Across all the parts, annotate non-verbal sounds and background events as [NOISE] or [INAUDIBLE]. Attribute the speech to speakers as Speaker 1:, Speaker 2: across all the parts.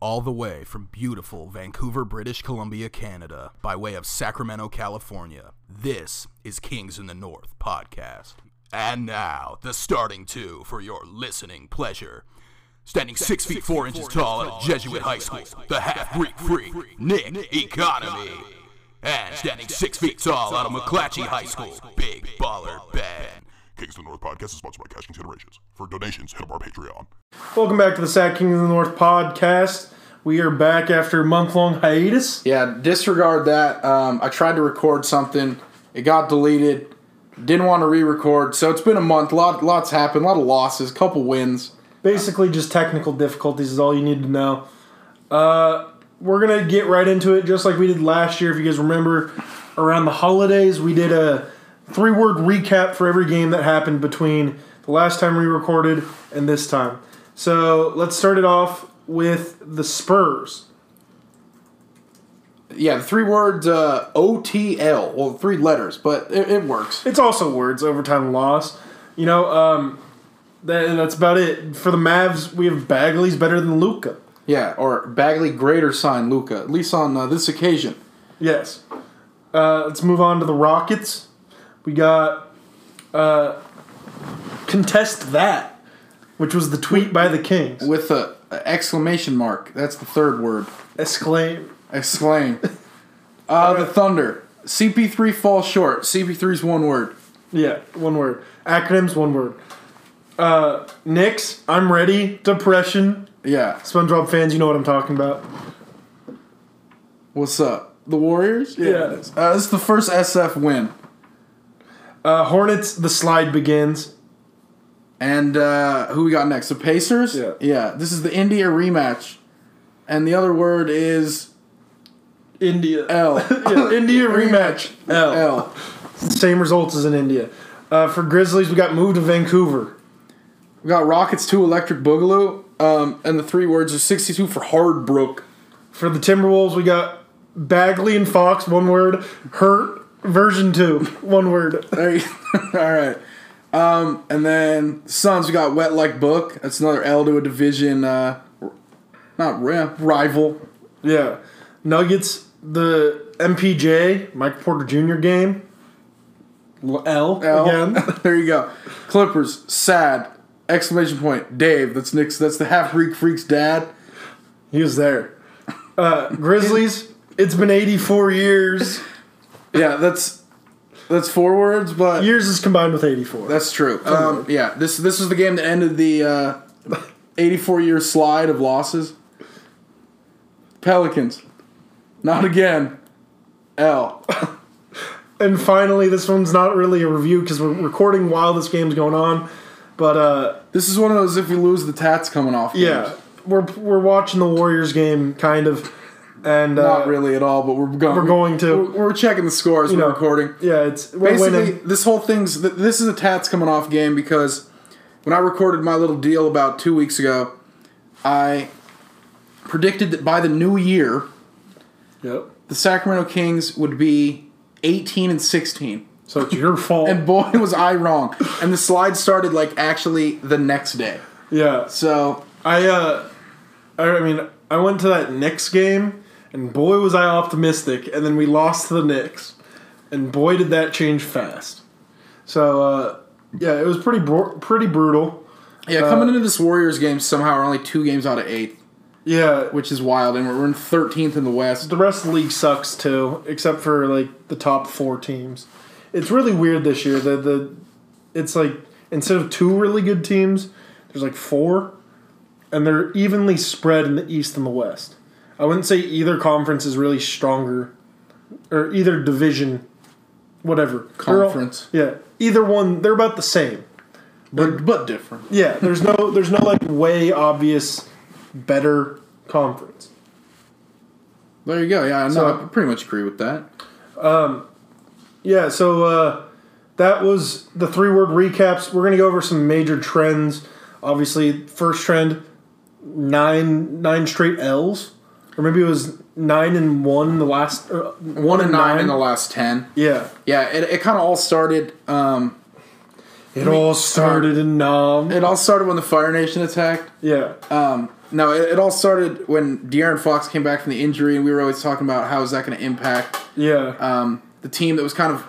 Speaker 1: all the way from beautiful Vancouver, British Columbia, Canada, by way of Sacramento, California. This is Kings in the North podcast. And now, the starting two for your listening pleasure. Standing six feet four inches tall at a Jesuit high school, the half Greek freak, Nick Economy. And standing six feet tall out of McClatchy High School, Big Baller Ben.
Speaker 2: Kings of the North podcast is sponsored by Cash Considerations. For donations, hit up our Patreon.
Speaker 3: Welcome back to the Sack King of the North podcast. We are back after a month long hiatus.
Speaker 4: Yeah, disregard that. Um, I tried to record something, it got deleted. Didn't want to re-record, so it's been a month. Lot, lots happened. A lot of losses. Couple wins.
Speaker 3: Basically, just technical difficulties is all you need to know. Uh, we're gonna get right into it, just like we did last year. If you guys remember, around the holidays, we did a three word recap for every game that happened between the last time we recorded and this time. So let's start it off with the Spurs.
Speaker 4: Yeah, the three words uh, OTL. Well, three letters, but it, it works.
Speaker 3: It's also words, overtime loss. You know, um, that, that's about it. For the Mavs, we have Bagley's better than Luca.
Speaker 4: Yeah, or Bagley greater sign Luca. At least on uh, this occasion.
Speaker 3: Yes. Uh, let's move on to the Rockets. We got uh, contest that, which was the tweet by the Kings.
Speaker 4: with a, a exclamation mark. That's the third word.
Speaker 3: Exclaim!
Speaker 4: Exclaim. Uh, The Thunder. CP3 falls short. CP3's one word.
Speaker 3: Yeah, one word. Acronyms, one word. Uh, Knicks, I'm ready. Depression.
Speaker 4: Yeah.
Speaker 3: SpongeBob fans, you know what I'm talking about.
Speaker 4: What's up? The Warriors?
Speaker 3: Yeah.
Speaker 4: it is. Uh, this is the first SF win.
Speaker 3: Uh, Hornets, the slide begins.
Speaker 4: And uh, who we got next? The Pacers?
Speaker 3: Yeah.
Speaker 4: Yeah. This is the India rematch. And the other word is
Speaker 3: India.
Speaker 4: L.
Speaker 3: [LAUGHS] Yeah, India rematch. L.
Speaker 4: L.
Speaker 3: Same results as in India. Uh, for Grizzlies, we got moved to Vancouver.
Speaker 4: We got Rockets 2 Electric Boogaloo. Um, and the three words are 62 for Hardbrook.
Speaker 3: For the Timberwolves, we got Bagley and Fox, one word. Hurt, version two, [LAUGHS] one word.
Speaker 4: There you- [LAUGHS] All right. Um, and then Suns, we got Wet Like Book. That's another L to a division, uh, r- not ra- rival.
Speaker 3: Yeah. Nuggets, the MPJ, Mike Porter Jr. game. L,
Speaker 4: L.
Speaker 3: again.
Speaker 4: [LAUGHS] there you go. Clippers, sad. Exclamation point. Dave, that's Nick's, that's the half Greek freak's dad.
Speaker 3: He was there. Uh, Grizzlies, it's been 84 years.
Speaker 4: Yeah, that's, that's four words, but
Speaker 3: Years is combined with 84.
Speaker 4: that's true. Um, yeah, this, this was the game that ended the, uh, 84 year slide of losses. Pelicans, not again. L.
Speaker 3: And finally, this one's not really a review because we're recording while this game's going on. But uh,
Speaker 4: This is one of those if you lose the tats coming off. games.
Speaker 3: yeah, we're, we're watching the Warriors game, kind of. And uh,
Speaker 4: Not really at all, but we're going.
Speaker 3: We're going to.
Speaker 4: We're, we're checking the scores.
Speaker 3: you
Speaker 4: we're
Speaker 3: know,
Speaker 4: recording.
Speaker 3: Yeah, it's we're
Speaker 4: Basically,
Speaker 3: winning.
Speaker 4: this whole thing's th- this is a tats coming off game because when I recorded my little deal about two weeks ago, I predicted that by the new year
Speaker 3: Yep.
Speaker 4: the Sacramento Kings would be 18 and 16,
Speaker 3: So it's your fault.
Speaker 4: and boy was I wrong. And the slide started like actually the next day.
Speaker 3: yeah.
Speaker 4: So
Speaker 3: I uh I I mean, I went to that Knicks game and boy was I optimistic and then we lost to the Knicks. And boy did that change fast. So uh yeah, it was pretty br- pretty brutal.
Speaker 4: yeah,
Speaker 3: Uh,
Speaker 4: coming into this Warriors game somehow we're only two games out of eight,
Speaker 3: Yeah,
Speaker 4: which is wild, and we're we're in 13th in the West.
Speaker 3: the rest of the league sucks too, except for like the top 4 teams. It's really weird this year. The the it's like instead of two really good teams, there's like four and they're evenly spread in the east and the west. I wouldn't say either conference is really stronger or either division whatever. They're all-
Speaker 4: Conference.
Speaker 3: yeah. Either one, they're about the same.
Speaker 4: but but different.
Speaker 3: Yeah, there's no there's no like way obvious better conference.
Speaker 4: There you go. Yeah, no,
Speaker 3: So-
Speaker 4: I pretty much agree with that.
Speaker 3: Yeah, so uh, that was the three word recaps. We're going to go over some major trends. Obviously, first trend nine nine straight L's, or maybe it was nine and one in the last uh,
Speaker 4: One and nine in the last ten.
Speaker 3: yeah.
Speaker 4: Yeah, it, it kind of all started. Um,
Speaker 3: It all started in Nam.
Speaker 4: It all started when the Fire Nation attacked.
Speaker 3: Yeah.
Speaker 4: Um, no, it, it all started when De'Aaron Fox came back from the injury, and we were always talking about how is that going to impact
Speaker 3: Yeah.
Speaker 4: um, the team that was kind of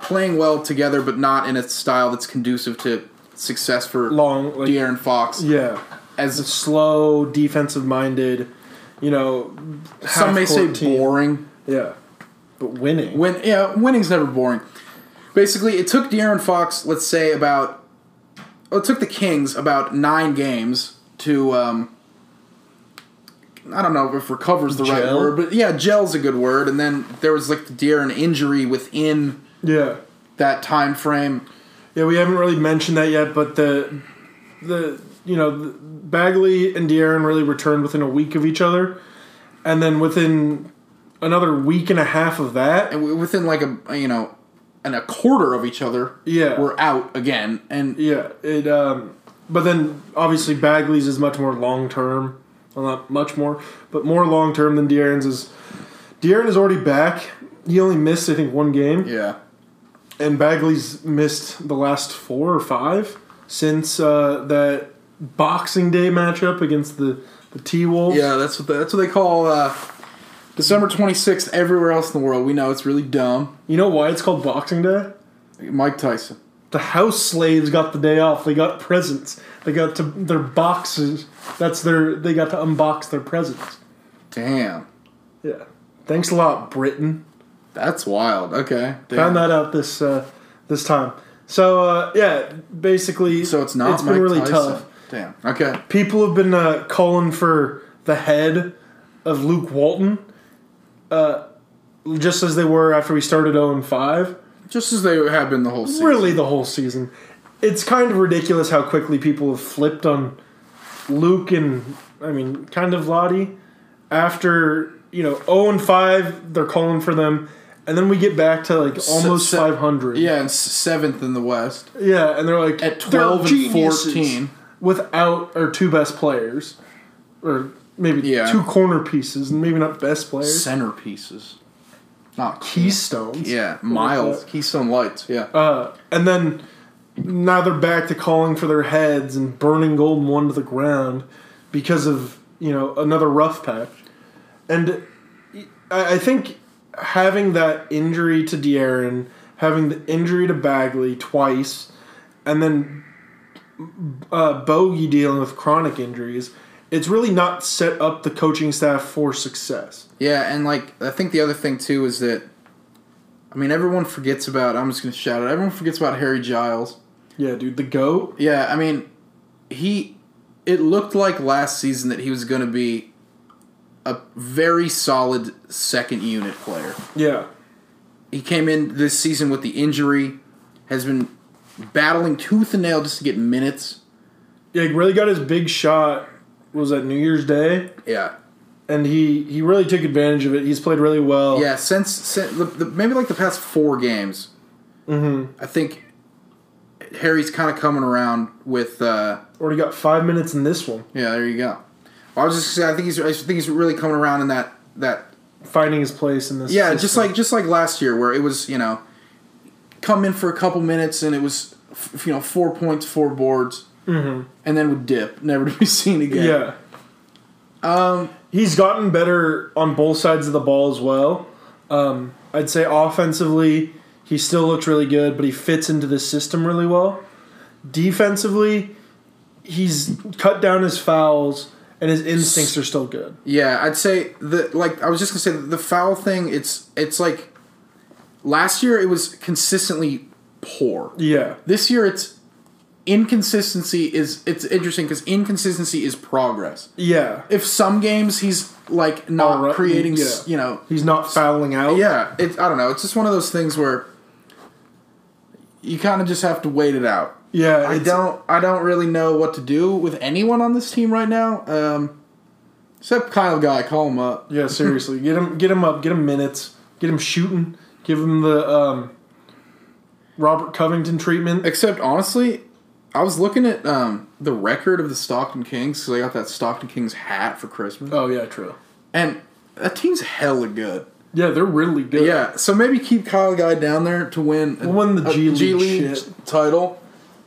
Speaker 4: playing well together, but not in a style that's conducive to success for
Speaker 3: Long, like-
Speaker 4: De'Aaron Fox.
Speaker 3: yeah.
Speaker 4: As
Speaker 3: Slow, defensive minded, you know.
Speaker 4: some may say,
Speaker 3: half-court team.
Speaker 4: boring.
Speaker 3: Yeah. But winning.
Speaker 4: Win, yeah, winning's never boring. Basically, it took De'Aaron Fox, let's say, about well, it took the Kings about nine games to um, I don't know if recovers the right
Speaker 3: Gel?
Speaker 4: word, but yeah, gel's a good word. And then there was like the De'Aaron injury within
Speaker 3: yeah.
Speaker 4: that time frame.
Speaker 3: Yeah, we haven't really mentioned that yet, but the the you know the- Bagley and De'Aaron really returned within a week of each other, and then within another week and a half of that,
Speaker 4: and we- within like a you know and a quarter of each other
Speaker 3: Yeah.
Speaker 4: we're out again and
Speaker 3: yeah, it. Um, but then obviously Bagley's is much more long term, well not much more, but more long term than De'Aaron's is. De'Aaron is already back. He only missed I think one game,
Speaker 4: yeah
Speaker 3: and Bagley's missed the last four or five since uh, that Boxing Day matchup against the the T Wolves.
Speaker 4: yeah that's what that's what they call uh, december 26th everywhere else in the world we know it's really dumb
Speaker 3: You know why it's called Boxing Day?
Speaker 4: mike tyson
Speaker 3: The house slaves got the day off. They got presents. They got to their boxes. That's their. They got to unbox their presents.
Speaker 4: damn
Speaker 3: Yeah. Thanks a lot, Britain.
Speaker 4: that's wild okay damn.
Speaker 3: Found that out this uh, this time. So uh, yeah, basically,
Speaker 4: so it's not
Speaker 3: It's
Speaker 4: mike
Speaker 3: been really
Speaker 4: tyson
Speaker 3: tough.
Speaker 4: damn okay
Speaker 3: People have been uh, calling for the head of Luke Walton, uh, just as they were after we started 0 5.
Speaker 4: just as they have been the whole season
Speaker 3: really the whole season. It's kind of ridiculous how quickly people have flipped on Luke and I mean, kind of Lottie. After you know, zero and five, they're calling for them, and then we get back to like almost
Speaker 4: se-
Speaker 3: five hundred.
Speaker 4: yeah and s- seventh in the west
Speaker 3: yeah, and they're like
Speaker 4: at
Speaker 3: "They're
Speaker 4: 12 and
Speaker 3: geniuses
Speaker 4: 14
Speaker 3: without our two best players, or maybe
Speaker 4: Yeah.
Speaker 3: two corner pieces, and maybe not best players.
Speaker 4: centerpieces not
Speaker 3: Keystones.
Speaker 4: yeah miles keystone lights yeah
Speaker 3: Uh, and then now they're back to calling for their heads and burning Golden One to the ground because of you know another rough patch. And I I think having that injury to De'Aaron, having the injury to Bagley twice, and then uh, Bogey dealing with chronic injuries, it's really not set up the coaching staff for success.
Speaker 4: Yeah, and like I think the other thing too is that I mean everyone forgets about I'm just gonna shout it, everyone forgets about Harry Giles.
Speaker 3: Yeah, dude, the goat.
Speaker 4: Yeah, I mean he it looked like last season that he was gonna be a very solid second unit player.
Speaker 3: Yeah,
Speaker 4: He came in this season with the injury, has been battling tooth and nail just to get minutes.
Speaker 3: yeah, he really got his big shot. Was that New Year's Day?
Speaker 4: Yeah.
Speaker 3: and he he really took advantage of it. He's played really well.
Speaker 4: Yeah, since, since the, the, maybe like the past four games, mm-hmm. I think Harry's kind of coming around with. Uh,
Speaker 3: already got five minutes in this one,
Speaker 4: yeah, there you go. I was just saying, I think he's I think he's really coming around in that that
Speaker 3: finding his place in this.
Speaker 4: yeah,
Speaker 3: system.
Speaker 4: just like just like last year where it was you know come in for a couple minutes and it was f- you know four points, four boards, mm-hmm. and then would dip, never to be [LAUGHS] seen again.
Speaker 3: yeah. Um,
Speaker 4: Um,
Speaker 3: he's gotten better on both sides of the ball as well. Um, I'd say offensively, he still looks really good, but he fits into the system really well. Defensively, he's cut down his fouls, and his instincts are still good.
Speaker 4: Yeah, I'd say the like I was just gonna say the foul thing. It's it's like last year it was consistently poor.
Speaker 3: Yeah,
Speaker 4: This year it's inconsistency is it's interesting because inconsistency is progress.
Speaker 3: yeah.
Speaker 4: If some games he's like not
Speaker 3: All right,
Speaker 4: creating,
Speaker 3: yeah.
Speaker 4: s you know,
Speaker 3: He's not fouling out.
Speaker 4: yeah. It's I don't know. It's just one of those things where you kind of just have to wait it out.
Speaker 3: yeah.
Speaker 4: I
Speaker 3: Uh, it's-
Speaker 4: don't. I don't really know what to do with anyone on this team right now. Um, except Kyle Guy. Call him up.
Speaker 3: Yeah, seriously, get him, get him up, get him minutes, get him shooting, give him the um, Robert Covington treatment.
Speaker 4: Except honestly, I was looking at um, the record of the Stockton Kings because I got that Stockton Kings hat for Christmas,
Speaker 3: Oh yeah, true.
Speaker 4: and that team's hella good.
Speaker 3: Yeah, they're really good.
Speaker 4: Yeah, so maybe keep Kyle Guy down there to win.
Speaker 3: We'll win the G League shit.
Speaker 4: title.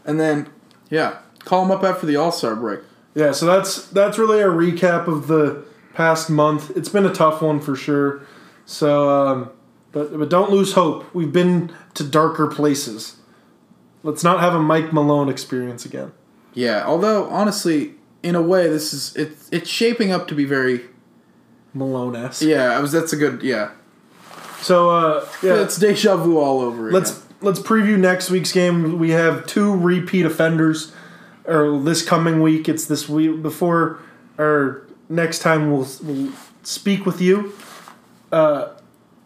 Speaker 4: and then yeah, call him up after the All Star break.
Speaker 3: Yeah, so that's that's really a recap of the past month. It's been a tough one for sure. So, um, but but don't lose hope. We've been to darker places. Let's not have a Mike Malone experience again.
Speaker 4: Yeah, although honestly, in a way, this is it's it's shaping up to be very.
Speaker 3: Malone esque.
Speaker 4: Yeah, I was. That's a good. Yeah,
Speaker 3: So uh, yeah,
Speaker 4: it's deja vu all over.
Speaker 3: let's
Speaker 4: again.
Speaker 3: let's preview next week's game. We have two repeat offenders, or this coming week. It's this week before or next time we'll, we'll speak with you. Uh,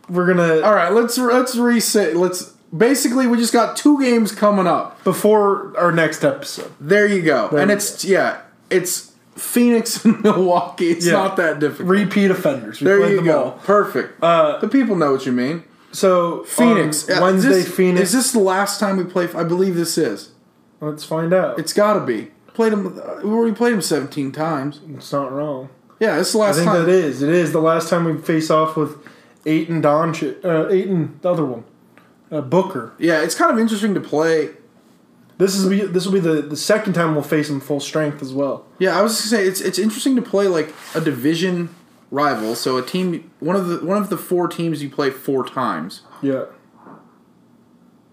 Speaker 3: we're gonna
Speaker 4: All right, let's let's reset. Let's basically we just got two games coming up.
Speaker 3: before our next episode.
Speaker 4: There you go. and
Speaker 3: we
Speaker 4: it's yeah, it's Phoenix and [LAUGHS] Milwaukee. It's
Speaker 3: Yeah.
Speaker 4: not that difficult.
Speaker 3: Repeat offenders. We
Speaker 4: there
Speaker 3: played
Speaker 4: you
Speaker 3: them
Speaker 4: go.
Speaker 3: all.
Speaker 4: Perfect. Uh, the people know what you mean.
Speaker 3: So
Speaker 4: Phoenix
Speaker 3: on
Speaker 4: Uh,
Speaker 3: Wednesday.
Speaker 4: this-
Speaker 3: Phoenix.
Speaker 4: Is this the last time we play? I believe this is.
Speaker 3: Let's find out. It's,
Speaker 4: It's got to be. Played them. We already played them seventeen times.
Speaker 3: not wrong.
Speaker 4: Yeah, it's the
Speaker 3: I
Speaker 4: last
Speaker 3: think
Speaker 4: time.
Speaker 3: that is. It is the last time we face off with eight and Don. Uh, eight and the other one, uh, Booker.
Speaker 4: Yeah, it's kind of interesting to play.
Speaker 3: This is be this will be the, the second time we'll face him full strength as well.
Speaker 4: Yeah, I was just gonna say it's it's interesting to play like a division rival. So a team, one of the one of the four teams you play four times
Speaker 3: Yeah.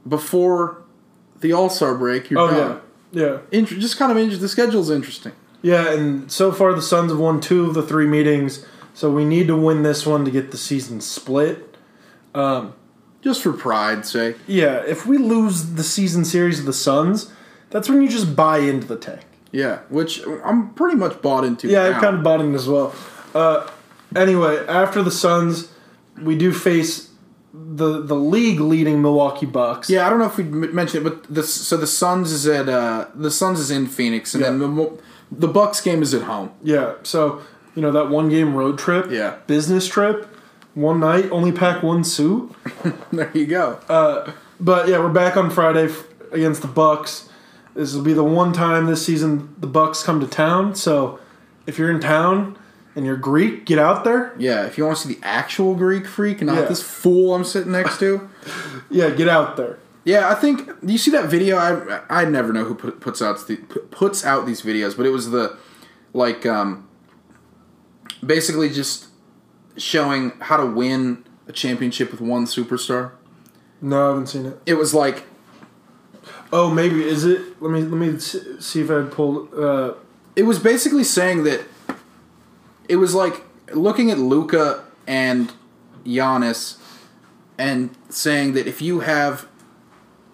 Speaker 4: before the All Star break. You're
Speaker 3: Oh
Speaker 4: done.
Speaker 3: yeah. Yeah.
Speaker 4: Inter- just kind of interesting. The schedule's interesting.
Speaker 3: Yeah, and so far the Suns have won two of the three meetings, so we need to win this one to get the season split.
Speaker 4: Just for pride's sake.
Speaker 3: Yeah, if we lose the season series of the Suns, that's when you just buy into the tank.
Speaker 4: Yeah, which I'm pretty much bought into.
Speaker 3: Yeah, I
Speaker 4: now.
Speaker 3: kind of bought in as well. Uh, anyway, after the Suns, we do face the the league leading Milwaukee Bucks.
Speaker 4: Yeah, I don't know if we m- mentioned it, but the so the Suns is at uh, the Suns is in Phoenix, and
Speaker 3: Yeah.
Speaker 4: then the Mo- the Bucks game is at home. [LAUGHS]
Speaker 3: Yeah. So, you know, that one game road trip.
Speaker 4: Yeah.
Speaker 3: Business trip. One night, only pack one suit.
Speaker 4: There you go.
Speaker 3: But yeah, we're back on Friday f- against the Bucks. This will be the one time this season the Bucks come to town. So, if you're in town and you're Greek, get out there.
Speaker 4: yeah, if you want to see the actual Greek freak, not
Speaker 3: Yeah.
Speaker 4: this fool I'm sitting next to. [LAUGHS]
Speaker 3: Yeah, get out there.
Speaker 4: Yeah, I think you see that video. I I never know who put, puts out the puts out these videos, but it was the like um basically just showing how to win a championship with one superstar.
Speaker 3: No, I haven't seen it.
Speaker 4: It was like
Speaker 3: Oh, maybe is it? Let me let me s- see if I pulled. Uh,
Speaker 4: it was basically saying that it was like looking at Luca and Giannis and saying that if you have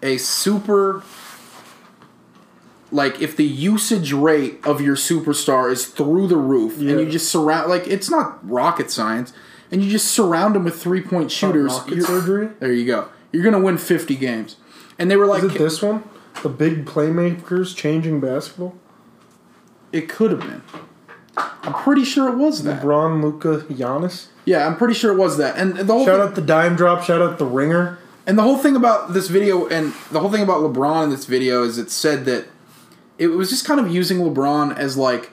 Speaker 4: a super like if the usage rate of your superstar is through the roof and you
Speaker 3: Yeah.
Speaker 4: just surround like it's not rocket science and you just surround them with three point shooters
Speaker 3: rocket
Speaker 4: you're-
Speaker 3: surgery?
Speaker 4: there you go you're gonna win 50 games and they were like
Speaker 3: is it this one? The big playmakers changing basketball.
Speaker 4: it could have been i'm pretty sure it was that
Speaker 3: Braun, Luca, Giannis.
Speaker 4: Yeah, I'm pretty sure it was that. And the whole
Speaker 3: Shout
Speaker 4: thing,
Speaker 3: out the dime drop. Shout out the ringer.
Speaker 4: and the whole thing about this video and the whole thing about LeBron in this video is it said that it was just kind of using LeBron as like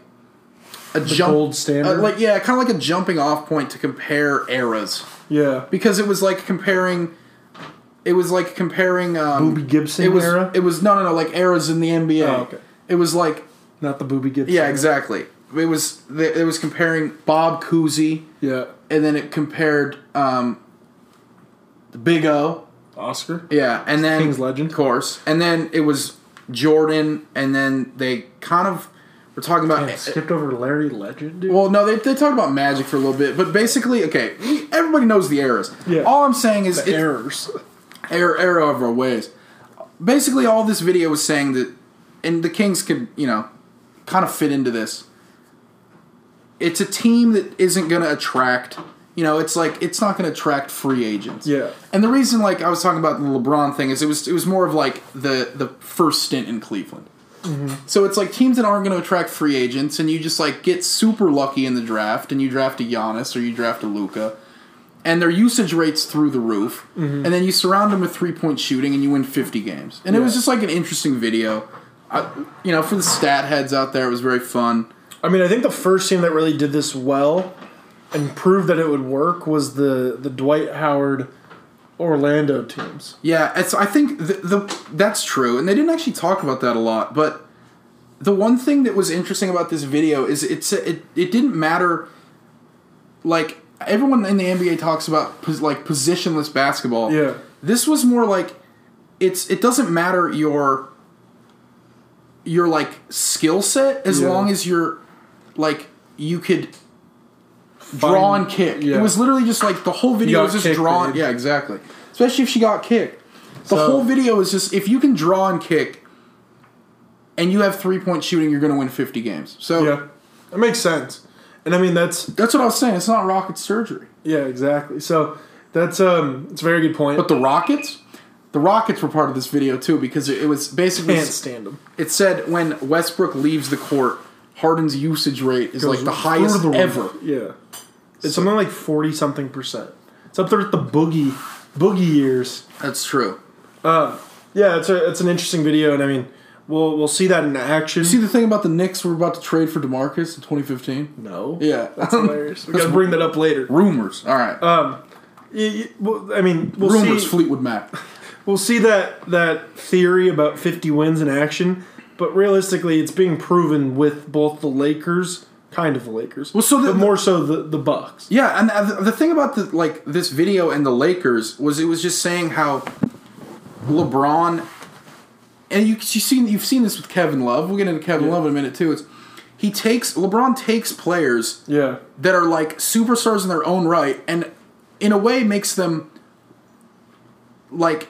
Speaker 4: a jump
Speaker 3: gold standard?
Speaker 4: uh, like yeah, kind of like a jumping off point to compare eras
Speaker 3: Yeah.
Speaker 4: because it was like comparing it was like comparing um,
Speaker 3: Boobie Gibson
Speaker 4: it was,
Speaker 3: era?
Speaker 4: It was no no no like eras in the NBA.
Speaker 3: Oh, okay.
Speaker 4: It was like
Speaker 3: Not the booby Gibson.
Speaker 4: yeah, exactly. It was it was comparing Bob Cousy
Speaker 3: Yeah.
Speaker 4: and then it compared um, the Big O.
Speaker 3: Oscar.
Speaker 4: Yeah, and then
Speaker 3: King's Legend.
Speaker 4: of course, and then it was Jordan, and then they kind of were talking about.
Speaker 3: Man, skipped over Larry Legend, dude.
Speaker 4: well, no, they, they talked about Magic for a little bit, but basically, okay, we- everybody knows the errors.
Speaker 3: Yeah.
Speaker 4: All I'm saying is it-
Speaker 3: errors.
Speaker 4: error, error of our ways. Basically, all this video was saying that, and the Kings could, you know, kind of fit into this. It's a team that isn't going to attract, you know, it's like it's not going to attract free agents.
Speaker 3: Yeah.
Speaker 4: And the reason, like I was talking about the LeBron thing, is it was it was more of like the the first stint in Cleveland.
Speaker 3: Mm-hmm.
Speaker 4: So it's like teams that aren't going to attract free agents, and you just like get super lucky in the draft, and you draft a Giannis or you draft a Luca, and their usage rates through the roof,
Speaker 3: Mm-hmm.
Speaker 4: and then you surround them with three point shooting, and you win fifty games. And it was
Speaker 3: Yeah.
Speaker 4: just like an interesting video. I, you know, for the stat heads out there, it was very fun.
Speaker 3: I mean, I think the first team that really did this well and proved that it would work was the the Dwight Howard Orlando teams.
Speaker 4: Yeah, it's, I think the, the that's true, and they didn't actually talk about that a lot. But the one thing that was interesting about this video is it's it it didn't matter. Like everyone in the NBA talks about pos- like positionless basketball.
Speaker 3: Yeah.
Speaker 4: this was more like it's it doesn't matter your your like skill set as
Speaker 3: Yeah.
Speaker 4: long as you're like you could draw and kick.
Speaker 3: yeah.
Speaker 4: It was literally just like the whole video
Speaker 3: got
Speaker 4: was just
Speaker 3: kicked,
Speaker 4: drawn.
Speaker 3: babe.
Speaker 4: Yeah, exactly. Especially if she got kicked. The
Speaker 3: So-
Speaker 4: whole video is just if you can draw and kick, and you have three point shooting, you're going to win fifty games. So
Speaker 3: Yeah, that makes sense. And I mean that's
Speaker 4: that's what I was saying. It's not rocket surgery,
Speaker 3: yeah exactly. So that's um it's a very good point.
Speaker 4: but the Rockets, the Rockets were part of this video too because it, it was basically
Speaker 3: can't stand them.
Speaker 4: it said when Westbrook leaves the court, Harden's usage rate is like the highest
Speaker 3: Through the roof.
Speaker 4: ever.
Speaker 3: Yeah, it's something like forty something percent. It's up there with the boogie boogie years.
Speaker 4: That's true.
Speaker 3: Yeah, it's a it's an interesting video, and I mean we'll we'll see that in action.
Speaker 4: See the thing about the Knicks were about to trade for Demarcus in 2015.
Speaker 3: no,
Speaker 4: Yeah,
Speaker 3: [LAUGHS] that's hilarious. We gotta bring that up later.
Speaker 4: rumors. All right.
Speaker 3: Y- y- well, I mean, Uh, we'll
Speaker 4: Rumors,
Speaker 3: see.
Speaker 4: Fleetwood Mac.
Speaker 3: we'll see that that theory about 50 wins in action, but realistically, it's being proven with both the Lakers, kind of the Lakers,
Speaker 4: Well, so the-
Speaker 3: but more so the the Bucks.
Speaker 4: Yeah, and uh, the- the thing about the like this video and the Lakers was it was just saying how LeBron and you you seen you've seen this with Kevin Love. We'll get into Kevin Love in a minute too. It's he takes LeBron takes players
Speaker 3: Yeah,
Speaker 4: that are like superstars in their own right, and in a way makes them like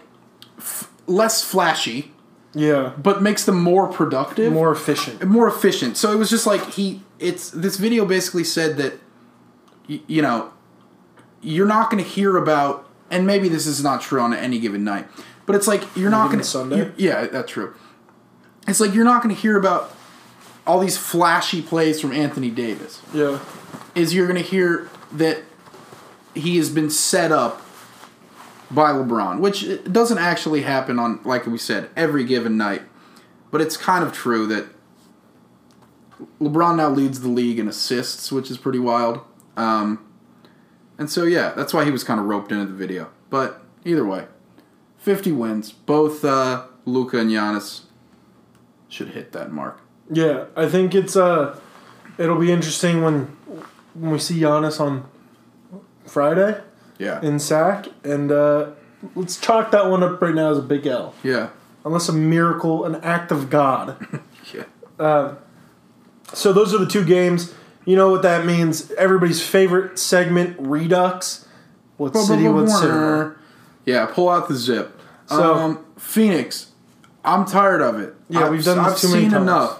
Speaker 4: f- less flashy,
Speaker 3: yeah,
Speaker 4: but makes them more productive,
Speaker 3: more efficient.
Speaker 4: more efficient. So it was just like he it's this video basically said that y- you know you're not going to hear about and maybe this is not true on any given night. But it's like you're not
Speaker 3: given
Speaker 4: going to
Speaker 3: Sunday?
Speaker 4: yeah, that's true. It's like you're not going to hear about all these flashy plays from Anthony Davis.
Speaker 3: Yeah,
Speaker 4: Is you're going to hear that he has been set up by LeBron, which it doesn't actually happen on like we said every given night, but it's kind of true that LeBron now leads the league in assists, which is pretty wild. Um, and so yeah, that's why he was kind of roped into the video. But either way, 50 wins, both uh, Luca and Giannis should hit that mark.
Speaker 3: yeah. I think it's uh, it'll be interesting when when we see Giannis on Friday
Speaker 4: Yeah.
Speaker 3: in sack, and uh, let's chalk that one up right now as a big L,
Speaker 4: yeah.
Speaker 3: unless a miracle, an act of God.
Speaker 4: Yeah.
Speaker 3: So those are the two games. You know what that means. Everybody's favorite segment, Redux. What city? What city?
Speaker 4: Yeah, pull out the zip.
Speaker 3: So-
Speaker 4: um, Phoenix, I'm tired of it.
Speaker 3: Yeah,
Speaker 4: I've-
Speaker 3: we've done this
Speaker 4: I've
Speaker 3: too many
Speaker 4: seen
Speaker 3: times.
Speaker 4: enough.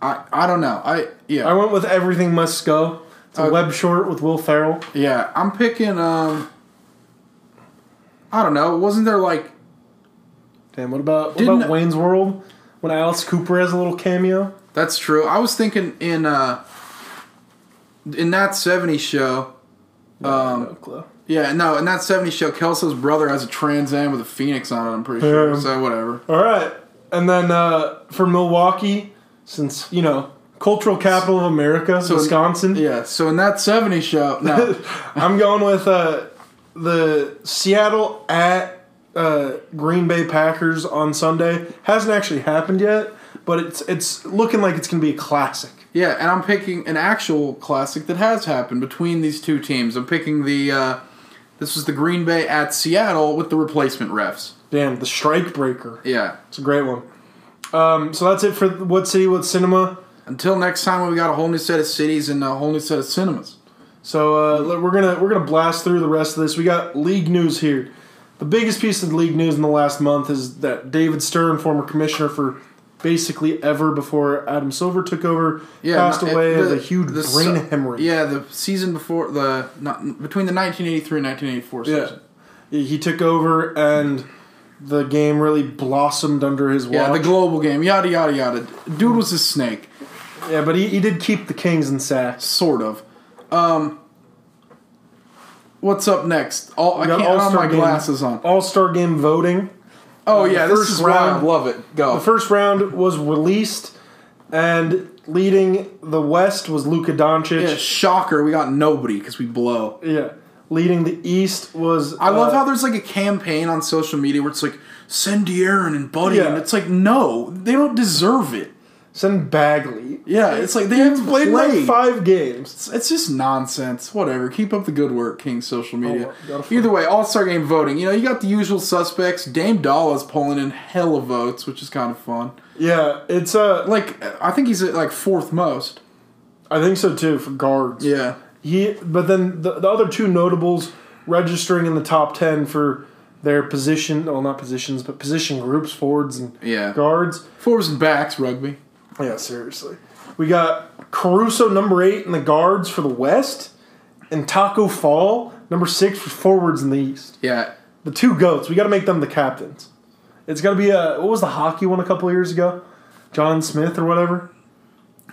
Speaker 4: I I don't know. I yeah
Speaker 3: I went with Everything Must Go. It's a
Speaker 4: Uh,
Speaker 3: web short with Will Ferrell.
Speaker 4: yeah. I'm picking. Um, I don't know. Wasn't there like
Speaker 3: Damn. What about what
Speaker 4: Didn't-
Speaker 3: about Wayne's World? When Alice Cooper has a little cameo.
Speaker 4: that's true? I was thinking in uh in that '70s show.
Speaker 3: Um, no clue.
Speaker 4: Yeah, no, in that '70s show, Kelso's brother has a Trans Am with a phoenix on it. I'm pretty sure.
Speaker 3: Yeah.
Speaker 4: So whatever.
Speaker 3: All right, and then uh, for Milwaukee, since you know cultural capital of America, Wisconsin.
Speaker 4: Yeah. So in that '70s show,
Speaker 3: [LAUGHS]
Speaker 4: no.
Speaker 3: I'm going with uh, the Seattle at uh, Green Bay Packers on Sunday. Hasn't actually happened yet, but it's it's looking like it's going to be a classic.
Speaker 4: Yeah, and I'm picking an actual classic that has happened between these two teams. I'm picking the uh, this was the Green Bay at Seattle with the replacement refs.
Speaker 3: Damn, the strike breaker.
Speaker 4: Yeah.
Speaker 3: It's a great one. Um, so that's it for what city, what cinema.
Speaker 4: Until next time, we got a whole new set of cities and a whole new set of cinemas.
Speaker 3: So uh, le- we're gonna we're gonna blast through the rest of this. We got league news here. The biggest piece of league news in the last month is that David Stern, former commissioner for basically ever before Adam Silver took over,
Speaker 4: Yeah,
Speaker 3: passed
Speaker 4: not-
Speaker 3: away
Speaker 4: it-
Speaker 3: of
Speaker 4: the-
Speaker 3: a huge
Speaker 4: the su-
Speaker 3: brain hemorrhage.
Speaker 4: Yeah, the season before the not between the 1983 and 1984
Speaker 3: Yeah.
Speaker 4: season.
Speaker 3: He took over and the game really blossomed under his watch.
Speaker 4: Yeah, the global game, yada yada yada. Dude was a snake,
Speaker 3: yeah but he, he did keep the Kings in sack.
Speaker 4: sort of. Um, what's up next? All, I
Speaker 3: got
Speaker 4: can't I don't have my
Speaker 3: All-Star game.
Speaker 4: glasses on.
Speaker 3: All-Star game voting.
Speaker 4: Oh yeah, this
Speaker 3: Uh, first
Speaker 4: is
Speaker 3: round-
Speaker 4: round. Love it. Go.
Speaker 3: The first round was released and leading the West was Luka Doncic.
Speaker 4: Yeah, shocker. We got nobody because we blow.
Speaker 3: Yeah. Leading the East was. uh,
Speaker 4: I love how there's like a campaign on social media where it's like send De'Aaron and Buddy,
Speaker 3: Yeah.
Speaker 4: and it's like no, they don't deserve it.
Speaker 3: Send Bagley.
Speaker 4: Yeah, it's like they haven't
Speaker 3: Played
Speaker 4: played.
Speaker 3: like five games.
Speaker 4: it's just nonsense. Whatever. Keep up the good work, King Social Media.
Speaker 3: Oh, gotta
Speaker 4: Either way, All Star Game voting. You know, you got the usual suspects. Dame Doll is pulling in hella votes, which is kind of fun.
Speaker 3: Yeah, it's uh,
Speaker 4: Like, I think he's at like fourth most.
Speaker 3: I think so too for guards.
Speaker 4: Yeah.
Speaker 3: He, but then the, the other two notables registering in the top ten for their position. Well, not positions, but position groups, forwards and
Speaker 4: Yeah.
Speaker 3: guards.
Speaker 4: Fours and backs rugby.
Speaker 3: Yeah, seriously. We got Caruso number eight in the guards for the West, and Taco Fall number six for forwards in the East.
Speaker 4: Yeah.
Speaker 3: The two goats. We got to make them the captains. It's got to be a what was the hockey one a couple years ago? John Smith or whatever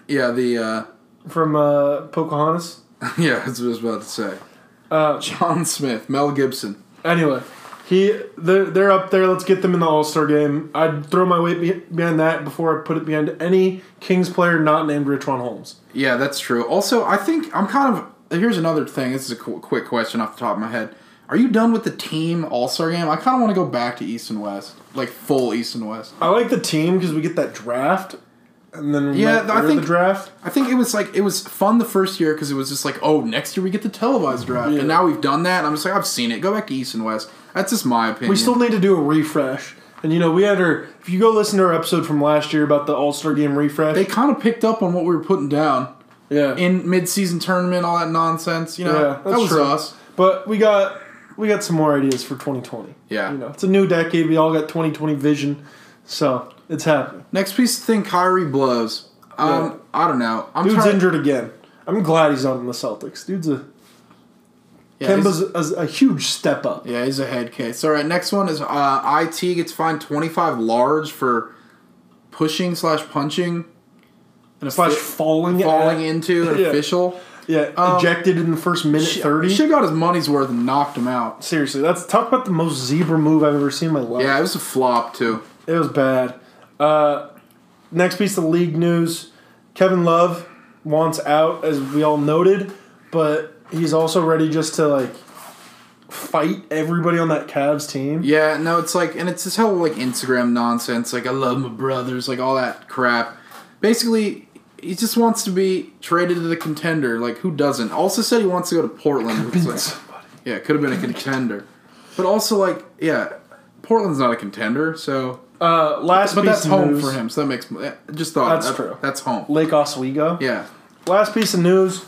Speaker 4: Yeah. The uh,
Speaker 3: from uh, Pocahontas.
Speaker 4: yeah. That's what I was about to say.
Speaker 3: Uh,
Speaker 4: John Smith, Mel Gibson.
Speaker 3: Anyway, he they're, they're up there. Let's get them in the All Star game. I'd throw my weight be- behind that before I put it behind any Kings player not named Richron Holmes.
Speaker 4: Yeah, that's true. Also, I think I'm kind of. Here's another thing. This is a qu- quick question off the top of my head. Are you done with the team All Star game? I kind of want to go back to East and West, like full East and West.
Speaker 3: I like the team because we get that draft, and then we
Speaker 4: Yeah,
Speaker 3: might
Speaker 4: I
Speaker 3: hear
Speaker 4: think-
Speaker 3: the draft.
Speaker 4: I think it was like it was fun the first year because it was just like, oh, next year we get the televised draft,
Speaker 3: Yeah.
Speaker 4: and now we've done that. And I'm just like, I've seen it. Go back to East and West. That's just my opinion.
Speaker 3: We still need to do a refresh. And you know, we had our if you go listen to our episode from last year about the All Star game refresh.
Speaker 4: they kind of picked up on what we were putting down
Speaker 3: yeah.
Speaker 4: in mid-season tournament, all that nonsense. You know,
Speaker 3: yeah,
Speaker 4: that was
Speaker 3: uh, true.
Speaker 4: us.
Speaker 3: But we got we got some more ideas for 2020.
Speaker 4: Yeah.
Speaker 3: You know, it's a new decade. We all got 2020 vision. So, it's happening.
Speaker 4: Next piece of thing, Kyrie blows. Um,
Speaker 3: Yeah.
Speaker 4: I don't know. I'm
Speaker 3: Dude's
Speaker 4: trying-
Speaker 3: injured again. I'm glad he's not in the Celtics. Dude's a
Speaker 4: Yeah, he's-
Speaker 3: Kemba's a, a huge step up.
Speaker 4: Yeah, he's a head case. All right, next one is uh, IT gets fined twenty five large for pushing slash punching, an
Speaker 3: Slash [LAUGHS]
Speaker 4: offi-
Speaker 3: falling
Speaker 4: falling
Speaker 3: at-
Speaker 4: into
Speaker 3: [LAUGHS]
Speaker 4: an
Speaker 3: Yeah.
Speaker 4: official.
Speaker 3: Yeah,
Speaker 4: Um,
Speaker 3: ejected in the first minute 30.
Speaker 4: Should got his money's worth and knocked him out.
Speaker 3: Seriously, that's talk about the most zebra move I've ever seen in my life.
Speaker 4: Yeah, it was a flop too.
Speaker 3: It was bad. Uh, next piece of league news: Kevin Love wants out, as we all noted, but he's also ready just to like fight everybody on that Cavs team.
Speaker 4: Yeah, no, it's like, and it's this whole like Instagram nonsense. Like, I love my brothers, like all that crap. Basically, he just wants to be traded to the contender. Like, who doesn't? Also said he wants to go to Portland. which is like- Yeah, it could have been a contender. But also, like, yeah, Portland's not a contender, so.
Speaker 3: [LAUGHS] Uh, last,
Speaker 4: But
Speaker 3: piece
Speaker 4: that's
Speaker 3: of
Speaker 4: home
Speaker 3: news,
Speaker 4: for him, so that makes. I Just thought.
Speaker 3: That's
Speaker 4: that-
Speaker 3: true.
Speaker 4: That's home.
Speaker 3: Lake Oswego.
Speaker 4: Yeah.
Speaker 3: Last piece of news: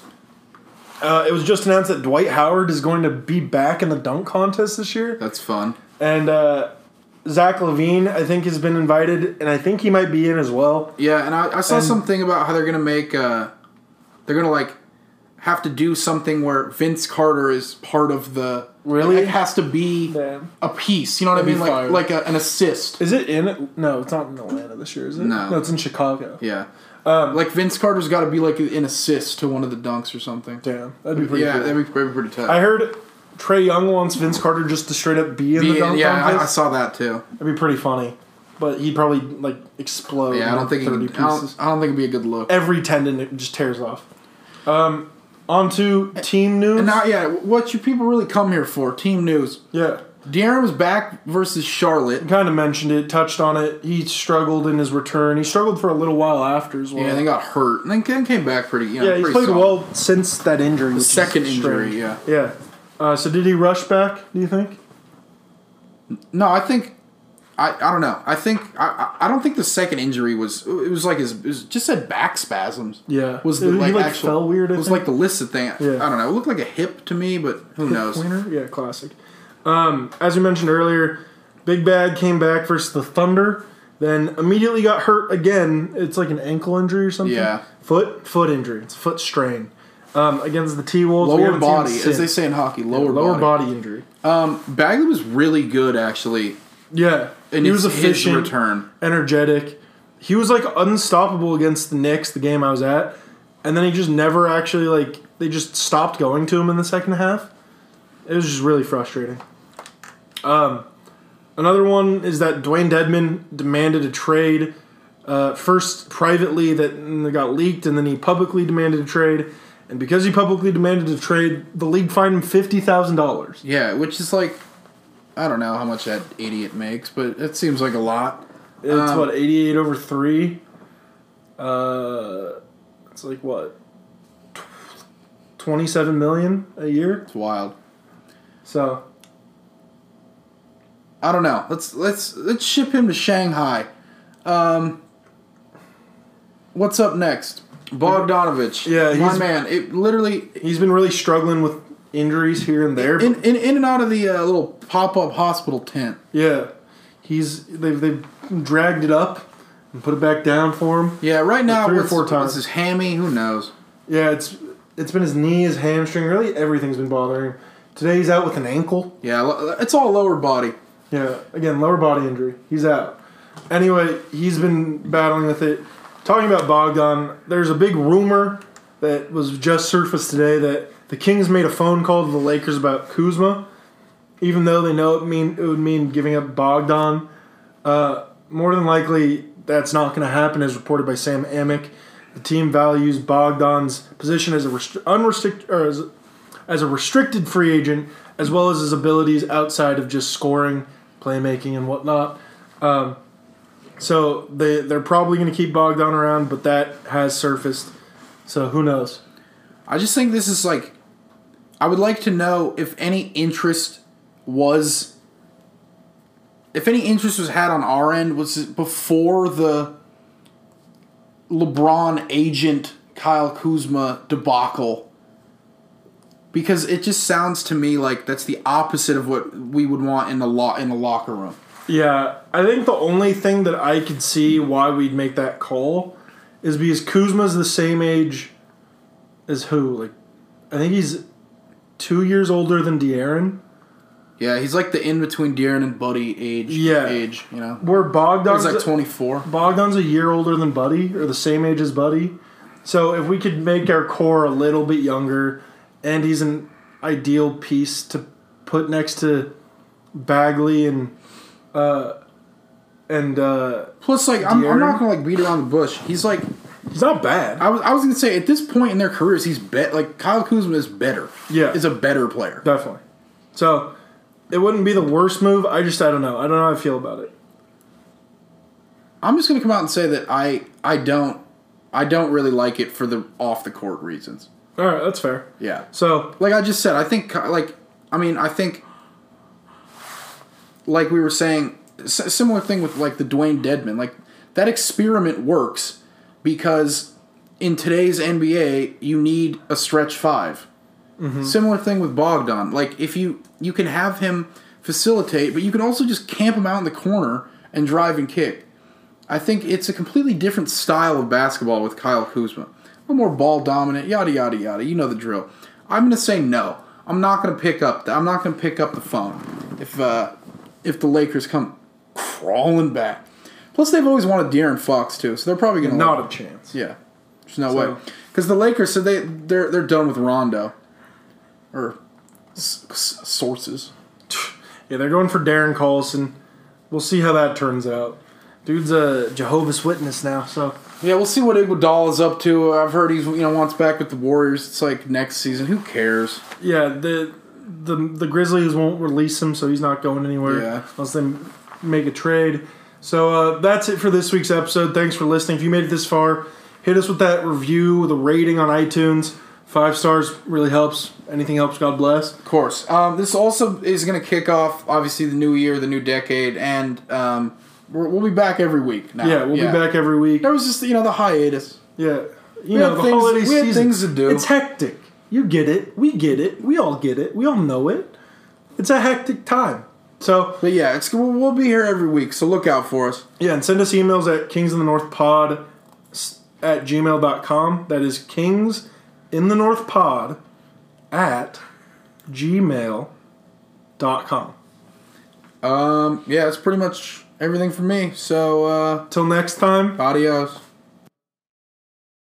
Speaker 3: uh, It was just announced that Dwight Howard is going to be back in the dunk contest this year.
Speaker 4: That's fun.
Speaker 3: And uh, Zach Levine, I think, has been invited, and I think he might be in as well.
Speaker 4: Yeah, and I, I saw
Speaker 3: And-
Speaker 4: something about how they're gonna make. Uh, they're gonna like have to do something where Vince Carter is part of the.
Speaker 3: Really?
Speaker 4: It has to be
Speaker 3: Damn.
Speaker 4: a piece. You know what I
Speaker 3: That'd
Speaker 4: mean?
Speaker 3: be
Speaker 4: Like
Speaker 3: fire.
Speaker 4: like a, an assist.
Speaker 3: Is it in? No, it's not in Atlanta this year, is it?
Speaker 4: No.
Speaker 3: no, it's in Chicago.
Speaker 4: Yeah.
Speaker 3: Um,
Speaker 4: like Vince Carter's got to be like an assist to one of the dunks or something.
Speaker 3: Damn, that'd be pretty
Speaker 4: yeah,
Speaker 3: cool.
Speaker 4: that'd be pretty, pretty tough.
Speaker 3: I heard Trey Young wants Vince Carter just to straight up be in the
Speaker 4: yeah,
Speaker 3: dunk
Speaker 4: yeah, I, I
Speaker 3: contest.
Speaker 4: saw that too.
Speaker 3: That'd be pretty funny, but he'd probably like explode.
Speaker 4: Yeah, I don't
Speaker 3: in
Speaker 4: think he
Speaker 3: thirty
Speaker 4: could, I,
Speaker 3: pieces.
Speaker 4: don't, I don't think it'd be a good look.
Speaker 3: Every tendon it just tears off. Um, on to team news.
Speaker 4: And now, yeah, what you people really come here for? Team news.
Speaker 3: yeah,
Speaker 4: De'Aaron was back versus Charlotte.
Speaker 3: kind of mentioned it, touched on it. He struggled in his return. He struggled for a little while after as well.
Speaker 4: Yeah, and they got hurt, and then Ken came back pretty. You know,
Speaker 3: Yeah, he's
Speaker 4: pretty
Speaker 3: played
Speaker 4: solid.
Speaker 3: well since that injury. which is
Speaker 4: Second injury,
Speaker 3: strange.
Speaker 4: yeah.
Speaker 3: Yeah. Uh, so did he rush back? Do you think?
Speaker 4: No, I think, I, I don't know. I think I, I I don't think the second injury was. It was like his. It was just said back spasms.
Speaker 3: Yeah.
Speaker 4: was the
Speaker 3: He,
Speaker 4: like,
Speaker 3: like,
Speaker 4: actual
Speaker 3: fell weird, I
Speaker 4: It was
Speaker 3: think.
Speaker 4: like the listed thing. I
Speaker 3: Yeah.
Speaker 4: don't know. It looked like a hip to me, but who knows?
Speaker 3: Winner? Yeah, classic. Um, as we mentioned earlier, Big Bad came back versus the Thunder, then immediately got hurt again. It's like an ankle injury or something.
Speaker 4: Yeah.
Speaker 3: Foot foot injury. It's foot strain. Um, against the T Wolves.
Speaker 4: Lower body, as they say in hockey, lower,
Speaker 3: Lower
Speaker 4: body.
Speaker 3: body injury.
Speaker 4: Um, Bagley was really good actually.
Speaker 3: Yeah.
Speaker 4: And
Speaker 3: he was
Speaker 4: his
Speaker 3: efficient,
Speaker 4: return.
Speaker 3: energetic. He was like unstoppable against the Knicks, the game I was at, and then he just never actually like they just stopped going to him in the second half. It was just really frustrating. Um, another one is that Dwayne Dedman demanded a trade. Uh, first privately that mm, got leaked, and then he publicly demanded a trade. And because he publicly demanded a trade, the league fined him fifty thousand dollars.
Speaker 4: Yeah, which is like, I don't know how much that idiot makes, but it seems like a lot.
Speaker 3: It's
Speaker 4: Um,
Speaker 3: what eighty eight over three. Uh, it's like what twenty seven million a year.
Speaker 4: It's wild.
Speaker 3: So
Speaker 4: I don't know. Let's let's let's ship him to Shanghai. Um, what's up next? Bogdanovich.
Speaker 3: Yeah,
Speaker 4: my
Speaker 3: he's-
Speaker 4: man. It literally
Speaker 3: he's been really struggling with injuries here and there.
Speaker 4: in in, in and out of the uh, little pop up hospital tent.
Speaker 3: yeah, he's they've they've dragged it up and put it back down for him.
Speaker 4: Yeah, right now
Speaker 3: Three or
Speaker 4: what's-
Speaker 3: four times.
Speaker 4: What's his hammy? Who knows?
Speaker 3: Yeah, it's it's been his knee, his hamstring, really everything's been bothering him. Today he's out with an ankle.
Speaker 4: Yeah, lo- it's all lower body.
Speaker 3: Yeah, again, lower body injury. He's out. Anyway, he's been battling with it. Talking about Bogdan, there's a big rumor that was just surfaced today that the Kings made a phone call to the Lakers about Kuzma, even though they know it mean it would mean giving up Bogdan. Uh, more than likely, that's not going to happen, as reported by Sam Amick. The team values Bogdan's position as a restri- unrestricted or as as a restricted free agent, as well as his abilities outside of just scoring, playmaking, and whatnot. Um, so they they're probably going to keep Bogdan around, but that has surfaced. So who knows?
Speaker 4: I just think this is like I would like to know if any interest was if any interest was had on our end was it before the LeBron agent Kyle Kuzma debacle because it just sounds to me like that's the opposite of what we would want in the lo- in the locker room.
Speaker 3: Yeah, I think the only thing that I could see why we'd make that call is because Kuzma's the same age as who? Like, I think he's two years older than De'Aaron.
Speaker 4: Yeah, he's like the in between De'Aaron and Buddy age
Speaker 3: Yeah.
Speaker 4: age, you know.
Speaker 3: Where
Speaker 4: He's
Speaker 3: Bogdan's
Speaker 4: like 24.
Speaker 3: Bogdan's a year older than Buddy, or the same age as Buddy. So if we could make our core a little bit younger, and he's an ideal piece to put next to Bagley and uh, and uh,
Speaker 4: Plus like I'm, I'm
Speaker 3: De'Aaron?
Speaker 4: not going to like beat around the bush. He's like
Speaker 3: he's not bad.
Speaker 4: I was I was gonna say at this point in their careers, he's bet like Kyle Kuzma is better.
Speaker 3: Yeah.
Speaker 4: is a better player.
Speaker 3: Definitely. So it wouldn't be the worst move. I just I don't know. I don't know how I feel about it.
Speaker 4: I'm just gonna come out and say that I I don't I don't really like it for the off the court reasons.
Speaker 3: All right, that's fair.
Speaker 4: Yeah,
Speaker 3: So
Speaker 4: like I just said, I think Ky- like I mean I think like we were saying s- similar thing with like the Dwayne Deadman like that experiment works because in today's NBA you need a stretch 5 Similar thing with Bogdan. Like if you you can have him facilitate, but you can also just camp him out in the corner and drive and kick. I think it's a completely different style of basketball with Kyle Kuzma. A little more ball dominant, yada yada yada. You know the drill. I'm gonna say no. I'm not gonna pick up. The, I'm not gonna pick up the phone if uh, if the Lakers come crawling back. Plus, they've always wanted De'Aaron Fox too, so they're probably gonna let
Speaker 3: not a chance. [SIGHS]
Speaker 4: yeah, there's no
Speaker 3: So-
Speaker 4: way because the Lakers said they they're they're done with Rondo, or s- s- sources.
Speaker 3: Yeah, they're going for Darren Collison. We'll see how that turns out. Dude's a Jehovah's Witness now, so
Speaker 4: Yeah, we'll see what Iguodala is up to. I've heard he's you know wants back with the Warriors. It's like next season. Who cares?
Speaker 3: Yeah, the the the Grizzlies won't release him, so he's not going anywhere
Speaker 4: Yeah.
Speaker 3: unless they make a trade. So uh, that's it for this week's episode. Thanks for listening. If you made it this far, hit us with that review, the rating on iTunes. Five stars really helps. Anything helps. God bless.
Speaker 4: Of course. Um, this also is going to kick off obviously the new year, the new decade, and um, we're, we'll be back every week. Now.
Speaker 3: Yeah, we'll be back every week.
Speaker 4: There was just you know the hiatus.
Speaker 3: Yeah, you
Speaker 4: We
Speaker 3: know
Speaker 4: had
Speaker 3: the
Speaker 4: things-
Speaker 3: holiday
Speaker 4: we had
Speaker 3: season.
Speaker 4: things to do.
Speaker 3: It's hectic. You get it. We get it. We all get it. We all know it. It's a hectic time. So
Speaker 4: But yeah, it's we'll, we'll be here every week. So look out for us.
Speaker 3: Yeah, and send us emails at kings in the north pod at gmail.com. That is kings in the north pod at gmail.com.
Speaker 4: Um, yeah, that's pretty much everything for me. So uh,
Speaker 3: Till next time,
Speaker 4: adios.